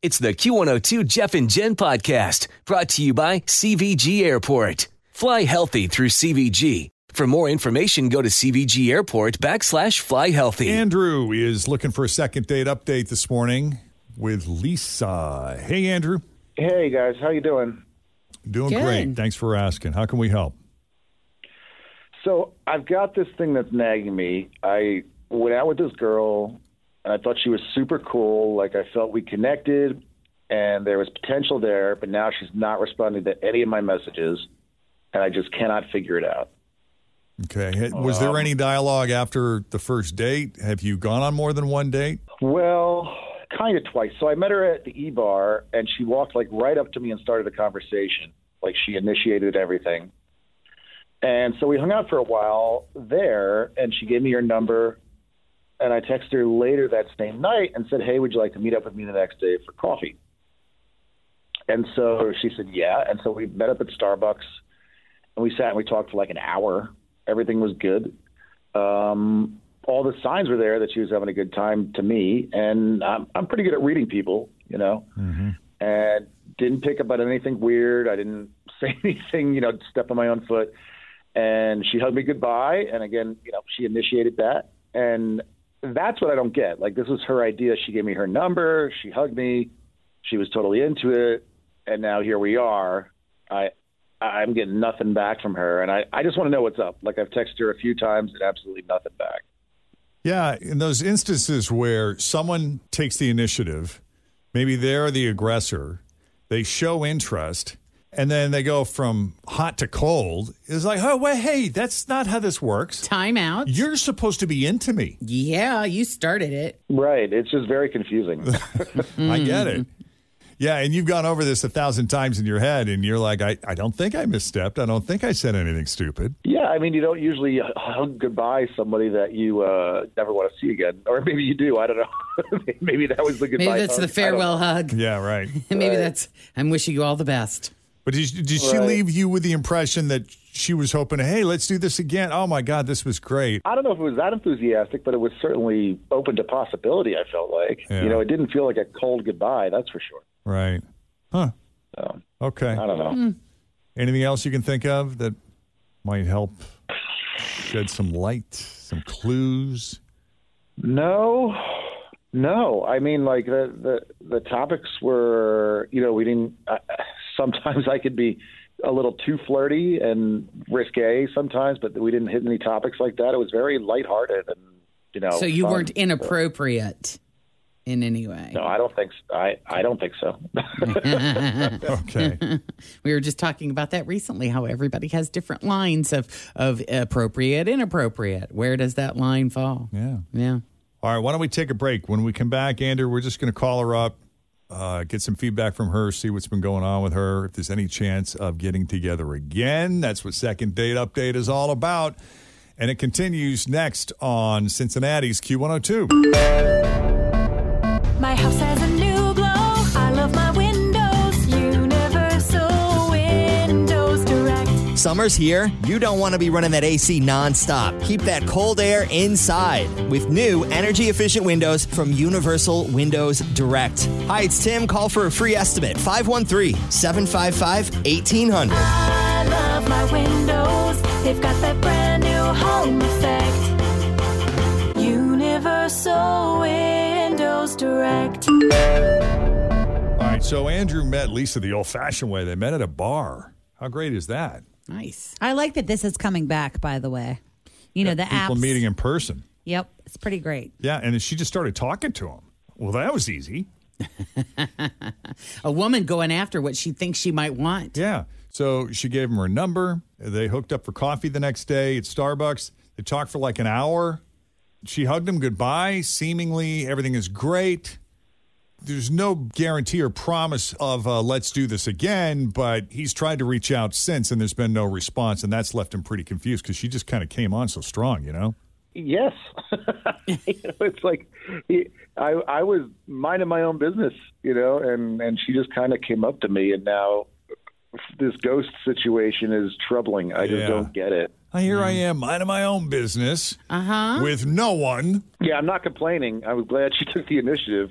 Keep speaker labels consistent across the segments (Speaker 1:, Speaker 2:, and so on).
Speaker 1: It's the Q102 Jeff and Jen podcast brought to you by CVG Airport. Fly healthy through CVG. For more information, go to CVG Airport backslash fly healthy.
Speaker 2: Andrew is looking for a second date update this morning with Lisa. Hey, Andrew.
Speaker 3: Hey guys, how you doing?
Speaker 2: Doing
Speaker 4: Good.
Speaker 2: great. Thanks for asking. How can we help?
Speaker 3: So I've got this thing that's nagging me. I went out with this girl, and I thought she was super cool. Like I felt we connected, and there was potential there. But now she's not responding to any of my messages, and I just cannot figure it out.
Speaker 2: Okay. Was there any dialogue after the first date? Have you gone on more than one date?
Speaker 3: Well, kind of twice. So I met her at the E bar, and she walked like right up to me and started a conversation. Like she initiated everything. And so we hung out for a while there, and she gave me her number. And I texted her later that same night and said, Hey, would you like to meet up with me the next day for coffee? And so she said, Yeah. And so we met up at Starbucks and we sat and we talked for like an hour. Everything was good um, all the signs were there that she was having a good time to me, and I'm, I'm pretty good at reading people, you know, and didn't pick up on anything weird. I didn't say anything, you know, step on my own foot. And she hugged me goodbye, and again, you know, she initiated that, and that's what I don't get. Like this was her idea. She gave me her number. She hugged me. She was totally into it, and now here we are. I I'm getting nothing back from her, and I, I just want to know what's up. Like I've texted her a few times, and absolutely nothing back.
Speaker 2: Yeah. In those instances where someone takes the initiative, maybe they're the aggressor, they show interest, and then they go from hot to cold. It's like, oh, well, hey, that's not how this works.
Speaker 4: Time out.
Speaker 2: You're supposed to be into me.
Speaker 4: yeah, you started it.
Speaker 3: Right, it's just very confusing.
Speaker 2: I get it. Yeah, and you've gone over this a thousand times in your head, and you're like, I, I don't think I misstepped. I don't think I said anything stupid.
Speaker 3: yeah, I mean, you don't usually hug goodbye somebody that you uh, never want to see again, or maybe you do. I don't know. maybe that was the goodbye.
Speaker 4: Maybe that's
Speaker 3: hug.
Speaker 4: the
Speaker 3: I don't know.
Speaker 4: farewell hug.
Speaker 2: Yeah, right.
Speaker 4: Maybe that's I'm wishing you all the best.
Speaker 2: But did, did she
Speaker 3: Right.
Speaker 2: leave you with the impression that she was hoping, hey, let's do this again? Oh my God, this was great.
Speaker 3: I don't know if it was that enthusiastic, but it was certainly open to possibility. I felt like
Speaker 2: Yeah.
Speaker 3: you know, it didn't feel like a cold goodbye. That's for sure.
Speaker 2: Right. Huh.
Speaker 3: Um,
Speaker 2: Okay.
Speaker 3: I don't know.
Speaker 4: Hmm.
Speaker 2: Anything else you can think of that might help shed some light, some clues?
Speaker 3: No, no. I mean, like the the the topics were, you know, we didn't. Uh, sometimes I could be a little too flirty and risque sometimes, but we didn't hit any topics like that. It was very lighthearted and you
Speaker 5: Oh,
Speaker 3: know.
Speaker 4: so you
Speaker 3: fun.
Speaker 4: weren't inappropriate in any way.
Speaker 3: No, I don't think. So. I I don't think so.
Speaker 2: Okay.
Speaker 4: We were just talking about that recently. How everybody has different lines of of appropriate, inappropriate. Where does that line fall?
Speaker 2: yeah.
Speaker 4: Yeah.
Speaker 2: All right, why don't we take a break? When we come back, Andrew, we're just going to call her up, uh, get some feedback from her, see what's been going on with her, if there's any chance of getting together again. That's what Second Date Update is all about. And it continues next on Cincinnati's Q102.
Speaker 6: My house has a new glow. I love my windows. Universal Windows Direct.
Speaker 7: Summer's here. You don't want to be running that AC nonstop. Keep that cold air inside with new energy efficient windows from Universal Windows Direct. Hi, it's Tim. Call for a free estimate 513 755 1800.
Speaker 6: I love my windows. They've got that brand new home effect. Universal Windows Direct.
Speaker 2: All right, right, so Andrew met Lisa the old-fashioned way. They met at a bar. How great is that?
Speaker 4: Nice.
Speaker 8: I like that this is coming back, by the way. You know, the
Speaker 2: People
Speaker 8: apps.
Speaker 2: meeting in person.
Speaker 8: Yep. It's pretty great.
Speaker 2: Yeah, and she just started talking to him. Well, that was easy.
Speaker 4: A woman going after what she thinks she might want.
Speaker 2: Yeah. So she gave him her number. They hooked up for coffee the next day at Starbucks. They talked for like an hour. She hugged him goodbye. Seemingly, everything is great. There's no guarantee or promise of uh, let's do this again, but he's tried to reach out since, and there's been no response, and that's left him pretty confused because she just kind of came on so strong, you know.
Speaker 3: Yes, you know, it's like he, I, I was minding my own business, you know, and and she just kind of came up to me, and now this ghost situation is troubling. I
Speaker 2: Yeah.
Speaker 3: just don't get it.
Speaker 2: Uh, Here I am, minding my own business
Speaker 4: Uh huh.
Speaker 2: with no one.
Speaker 3: Yeah, I'm not complaining. I was glad she took the initiative.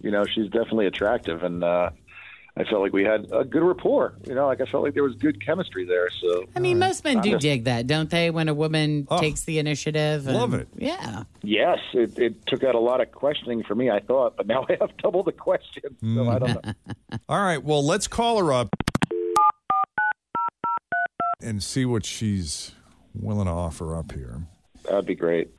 Speaker 3: You know, she's definitely attractive, and uh, I felt like we had a good rapport. You know, like I felt like there was good chemistry there. So
Speaker 4: I mean, most men do dig that, don't they? When a woman
Speaker 2: Oh.
Speaker 4: takes the initiative. and-
Speaker 2: Love it.
Speaker 4: Yeah.
Speaker 3: Yes, it, it took out a lot of questioning for me, I thought, but now I have double the question. So I don't know.
Speaker 2: All right, well, let's call her up and see what she's willing to offer up here.
Speaker 3: That'd be great.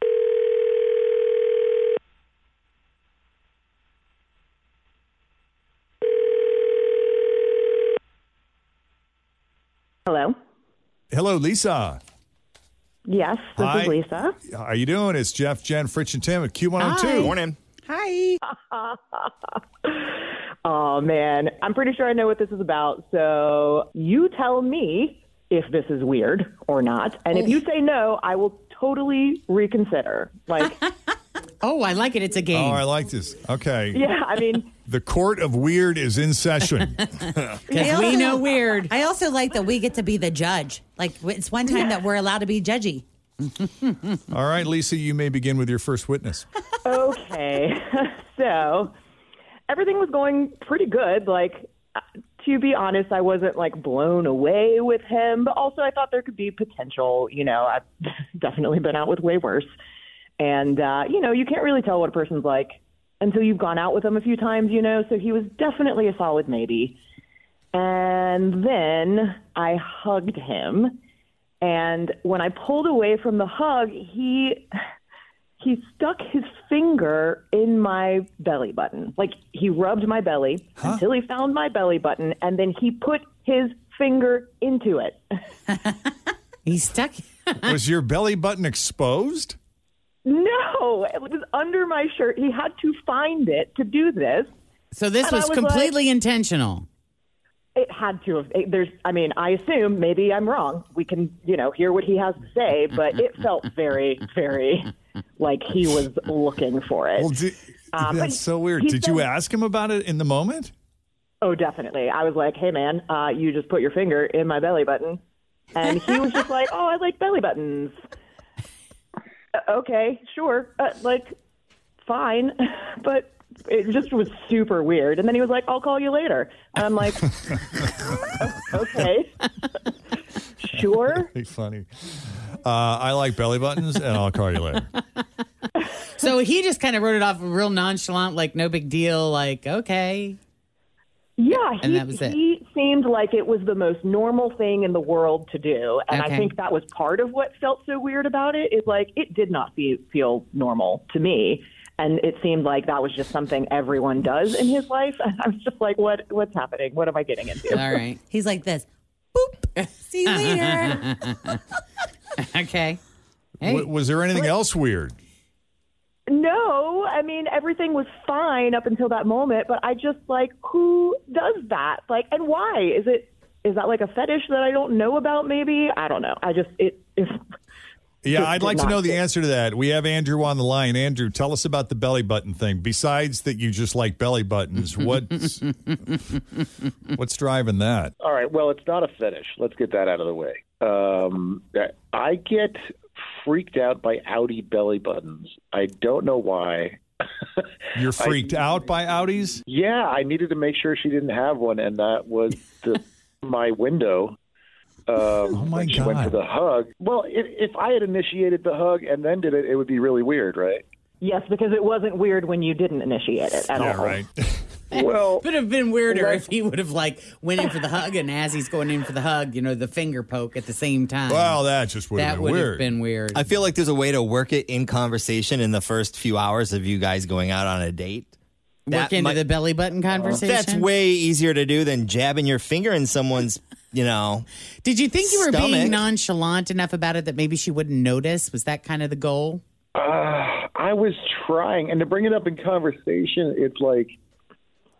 Speaker 5: Hello.
Speaker 2: Hello, Lisa.
Speaker 5: Yes, this
Speaker 2: Hi.
Speaker 5: is Lisa.
Speaker 2: How you doing? It's Jeff, Jen, Fritch, and Tim at Q102.
Speaker 7: Morning.
Speaker 4: Hi.
Speaker 5: Oh man, I'm pretty sure I know what this is about. So you tell me if this is weird or not, and if you say no, I will totally reconsider. Like,
Speaker 4: Oh, I like it. It's a game.
Speaker 2: Oh, I like this. Okay.
Speaker 5: yeah, I mean,
Speaker 2: The court of weird is in session.
Speaker 4: Because we know weird.
Speaker 8: I also like that we get to be the judge. Like, w- it's one time that we're allowed to be judgy.
Speaker 2: All right, Lisa, you may begin with your first witness.
Speaker 5: okay. so everything was going pretty good. Like, uh, to be honest, I wasn't like blown away with him, but also I thought there could be potential. You know, I've definitely been out with way worse. And, uh, you know, you can't really tell what a person's like until you've gone out with them a few times, you know? So he was definitely a solid maybe. And then I hugged him. And when I pulled away from the hug, he he stuck his finger in my belly button. Like he rubbed my belly until he found my belly button and then he put his finger into it.
Speaker 4: He's stuck.
Speaker 2: Was your belly button exposed?
Speaker 5: No, it was under my shirt. He had to find it to do this.
Speaker 4: So this
Speaker 5: And I
Speaker 4: was,
Speaker 5: was
Speaker 4: completely intentional.
Speaker 5: It had to have. It, there's, I mean, I assume maybe I'm wrong. We can, you know, hear what he has to say, but it felt very, very like he was looking for it.
Speaker 2: Well, di-
Speaker 5: Uh, but
Speaker 2: that's so weird.
Speaker 5: he
Speaker 2: Did you
Speaker 5: said-
Speaker 2: ask him about it in the moment?
Speaker 5: Oh, definitely. I was like, hey, man, uh, you just put your finger in my belly button. And he was just like, oh, I like belly buttons. Uh, okay, sure. Uh, like, fine. But it just was super weird. And then he was like, I'll call you later. And I'm like, okay, sure.
Speaker 2: Pretty funny. Uh, I like belly buttons, and I'll call you later.
Speaker 4: So he just kind of wrote it off real nonchalant, like no big deal, like okay.
Speaker 5: Yeah, he,
Speaker 4: And that was it.
Speaker 5: he seemed like it was the most normal thing in the world to do, and
Speaker 4: Okay.
Speaker 5: I think that was part of what felt so weird about it. Is like it did not fe- feel normal to me, and it seemed like that was just something everyone does in his life. And I was just like, what What's happening? What am I getting into?
Speaker 4: All right.
Speaker 8: He's like this. Boop. See you later.
Speaker 4: Okay. Hey.
Speaker 2: W- was there anything else weird?
Speaker 5: No, oh, I mean everything was fine up until that moment, but I just like who does that? Like and why? Is it is that like a fetish that I don't know about maybe? I don't know. I just it, it
Speaker 2: Yeah,
Speaker 5: It
Speaker 2: I'd
Speaker 5: did
Speaker 2: like to
Speaker 5: not
Speaker 2: know the
Speaker 5: fit.
Speaker 2: answer to that. We have Andrew on the line. Andrew, tell us about the belly button thing. Besides that you just like belly buttons, what's what's driving that?
Speaker 3: All right. Well, it's not a fetish. Let's get that out of the way. Um, I get freaked out by Audi belly buttons. I don't know why.
Speaker 2: You're freaked out by Audis?
Speaker 3: Yeah, I needed to make sure she didn't have one, and that was the, my window. Um, oh
Speaker 2: my
Speaker 3: She went for
Speaker 2: God.
Speaker 3: the hug. Well, i if I had initiated the hug and then did it, it would be really weird, right?
Speaker 5: Yes, because it wasn't weird when you didn't initiate it at
Speaker 3: Yeah,
Speaker 5: all.
Speaker 3: right.
Speaker 4: Well, would have been weirder if he would have like went in for the hug, and as he's going in for the hug, you know, the finger poke at the same time.
Speaker 7: Well,
Speaker 2: that just
Speaker 7: would've been
Speaker 4: would
Speaker 7: weird.
Speaker 4: have been weird.
Speaker 7: I feel like there's a way to work it in conversation in the first few hours of you guys going out on a date.
Speaker 4: Work into the belly button conversation.
Speaker 7: That's way easier to do than jabbing your finger in someone's, you know.
Speaker 4: Did you think you were
Speaker 7: stomach.
Speaker 4: being nonchalant enough about it that maybe she wouldn't notice? Was that kind of the goal?
Speaker 3: Uh, I was trying, and to bring it up in conversation, it's like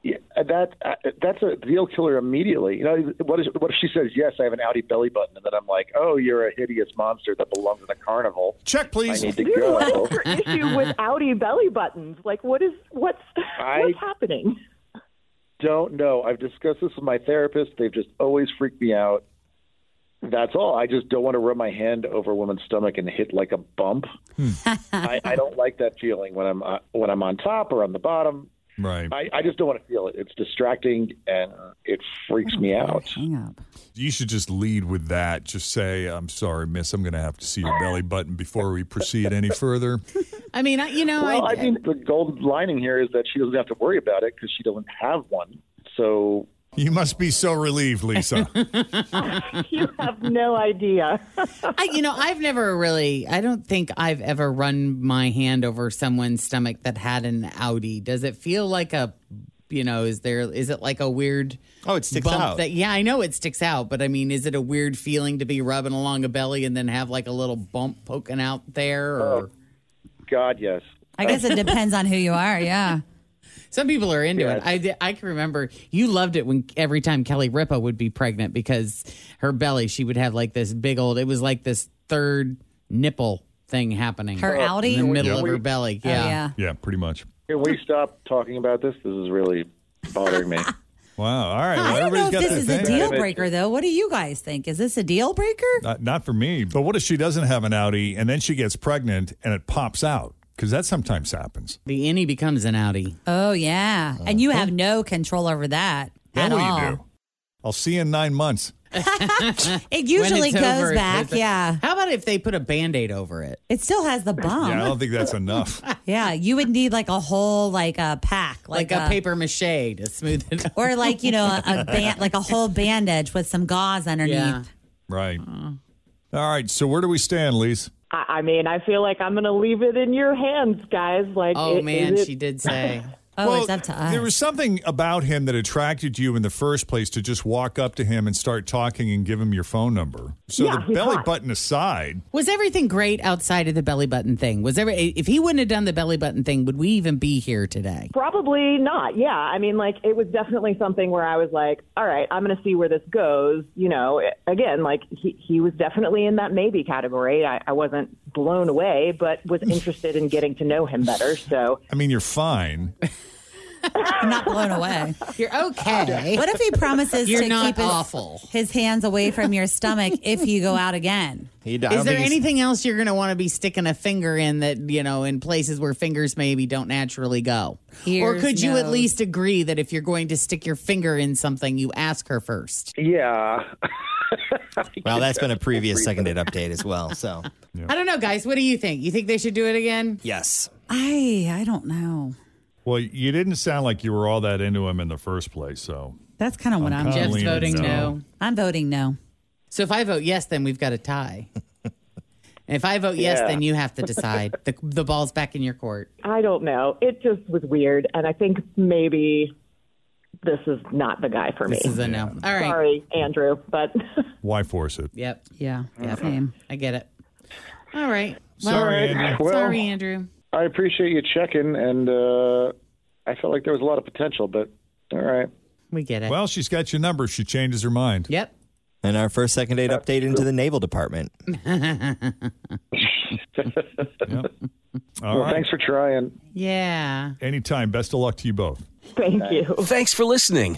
Speaker 3: yeah, that uh, that's a deal killer immediately. You know, what, is, what if she says yes? I have an Audi belly button, and then I'm like, oh, you're a hideous monster that belongs in a carnival.
Speaker 2: Check,
Speaker 3: please. I need to
Speaker 5: Dude,
Speaker 3: go.
Speaker 5: what is your issue with Audi belly buttons? Like, what is what's
Speaker 3: I
Speaker 5: what's happening?
Speaker 3: don't know. I've discussed this with my therapist. They've just always freaked me out. That's all. I just don't want to rub my hand over a woman's stomach and hit like a bump. I, I don't like that feeling when I'm uh, when I'm on top or on the bottom.
Speaker 2: Right.
Speaker 3: I, I just don't want to feel it. It's distracting and uh, it freaks me
Speaker 2: Oh,
Speaker 3: out.
Speaker 4: Hang up.
Speaker 2: You should just lead with that. Just say, "I'm sorry, miss. I'm going to have to see your belly button before we proceed any further."
Speaker 4: I mean, I, you know,
Speaker 3: well,
Speaker 4: I,
Speaker 3: I, think the gold lining here is that she doesn't have to worry about it because she doesn't have one. So
Speaker 2: You must be so relieved, Lisa.
Speaker 5: You have no idea.
Speaker 4: I, you know, I've never really, I don't think I've ever run my hand over someone's stomach that had an Audi. Does it feel like a, you know, is there, is it like a weird,
Speaker 7: oh, it sticks out.
Speaker 4: That, yeah, I know it sticks out, but I mean, is it a weird feeling to be rubbing along a belly and then have like a little bump poking out there?
Speaker 5: Oh.
Speaker 4: Or
Speaker 3: God, yes.
Speaker 8: I guess it depends on who you are. Yeah.
Speaker 4: some people are into
Speaker 8: Yes.
Speaker 4: it. I, di- I can remember you loved it when every time Kelly Ripa would be pregnant because her belly, she would have like this big old, it was like this third nipple thing happening.
Speaker 8: Her Audi?
Speaker 4: In the middle
Speaker 2: Yeah.
Speaker 4: of her belly.
Speaker 8: Oh,
Speaker 4: Yeah.
Speaker 8: yeah.
Speaker 2: yeah, pretty much.
Speaker 3: can we stop talking about this? This is really bothering me.
Speaker 2: Wow. All right. Well,
Speaker 8: I don't know
Speaker 2: everybody's
Speaker 8: if
Speaker 2: got
Speaker 8: this
Speaker 2: their
Speaker 8: is
Speaker 2: thing.
Speaker 8: a deal breaker, though. What do you guys think? Is this a deal breaker?
Speaker 2: Not, not for me. But what if she doesn't have an Audi and then she gets pregnant and it pops out? Because that sometimes happens.
Speaker 4: The innie becomes an outie.
Speaker 8: Oh, yeah. And you have no control over that
Speaker 2: Then
Speaker 8: at
Speaker 2: what
Speaker 8: all.
Speaker 2: do you do? I'll see you in nine months.
Speaker 8: It
Speaker 4: When
Speaker 8: usually
Speaker 4: it's
Speaker 8: goes
Speaker 4: over, it
Speaker 8: back.
Speaker 4: goes back.
Speaker 8: yeah.
Speaker 4: How about if they put a band aid over it?
Speaker 8: It still has the bomb.
Speaker 2: Yeah, I
Speaker 8: Yeah.
Speaker 2: don't think that's enough.
Speaker 8: You would need like a whole, like a pack,
Speaker 4: Like,
Speaker 8: like,
Speaker 4: a, paper mache to smooth it out.
Speaker 8: Or like, you know, a, a band, like a whole bandage with some gauze underneath.
Speaker 4: Yeah.
Speaker 2: Right.
Speaker 8: Oh.
Speaker 2: All right. So where do we stand, Lise?
Speaker 5: I, I mean, I feel like I'm going to leave it in your hands, guys. Like,
Speaker 4: Oh,
Speaker 5: i-
Speaker 4: man,
Speaker 5: is it-
Speaker 4: she did say.
Speaker 8: Oh, it's up to us.
Speaker 2: There was something about him that attracted you in the first place to just walk up to him and start talking and give him your phone number. So
Speaker 5: Yeah,
Speaker 2: the
Speaker 5: he's
Speaker 2: belly
Speaker 5: hot.
Speaker 2: button aside,
Speaker 4: Was everything great outside of the belly button thing? Was every if he wouldn't have done the belly button thing, would we even be here today?
Speaker 5: Probably not. Yeah. I mean, like, it was definitely something where I was like, all right, I'm going to see where this goes. You know, it- again, like, he, he was definitely in that maybe category. I, I wasn't blown away, but was interested in getting to know him better. So,
Speaker 2: I mean, you're fine.
Speaker 8: I'm not blown away.
Speaker 4: You're okay.
Speaker 8: What if he promises
Speaker 4: You're
Speaker 8: to
Speaker 4: not
Speaker 8: keep his,
Speaker 4: awful.
Speaker 8: his hands away from your stomach if you go out again?
Speaker 7: He, I
Speaker 4: Is
Speaker 7: don't
Speaker 4: there
Speaker 7: think he's-
Speaker 4: anything else you're going to want to be sticking a finger in that, you know, in places where fingers maybe don't naturally go? or
Speaker 8: Ears,
Speaker 4: could you at
Speaker 8: nose.
Speaker 4: least agree that if you're going to stick your finger in something, you ask her first?
Speaker 3: Yeah.
Speaker 7: Well, that's been a previous second date update as well. So,
Speaker 4: I don't know, guys. What do you think? You think they should do it again?
Speaker 7: yes.
Speaker 8: I I don't know.
Speaker 2: Well, you didn't sound like you were all that into him in the first place. So
Speaker 8: That's kind of what I'm.
Speaker 2: I'm
Speaker 4: Jeff's
Speaker 2: leaning
Speaker 4: voting
Speaker 2: Oh, no.
Speaker 4: no.
Speaker 8: I'm voting no.
Speaker 4: So if I vote yes, then we've got a tie. and if I vote yes,
Speaker 3: Yeah.
Speaker 4: then you have to decide. the, the ball's back in your court.
Speaker 5: I don't know. It just was weird. And I think maybe this is not the guy for me.
Speaker 4: This is a no. All right.
Speaker 5: Sorry, Andrew, but.
Speaker 2: why force it?
Speaker 4: Yep.
Speaker 2: Mm-hmm.
Speaker 8: Yeah, same.
Speaker 4: I get it. All right.
Speaker 2: Sorry, Andrew.
Speaker 3: Well-
Speaker 4: Sorry, Andrew.
Speaker 3: I appreciate you checking, and uh, I felt like there was a lot of potential, but all right.
Speaker 4: We get
Speaker 2: Well, she's got your number. She changes her mind.
Speaker 4: Yep.
Speaker 7: And our first second date update into the Naval Department.
Speaker 2: All
Speaker 3: well,
Speaker 2: right.
Speaker 3: thanks for trying.
Speaker 4: Yeah.
Speaker 2: Anytime. Best of luck to you both.
Speaker 5: Thank
Speaker 1: you. Thanks for listening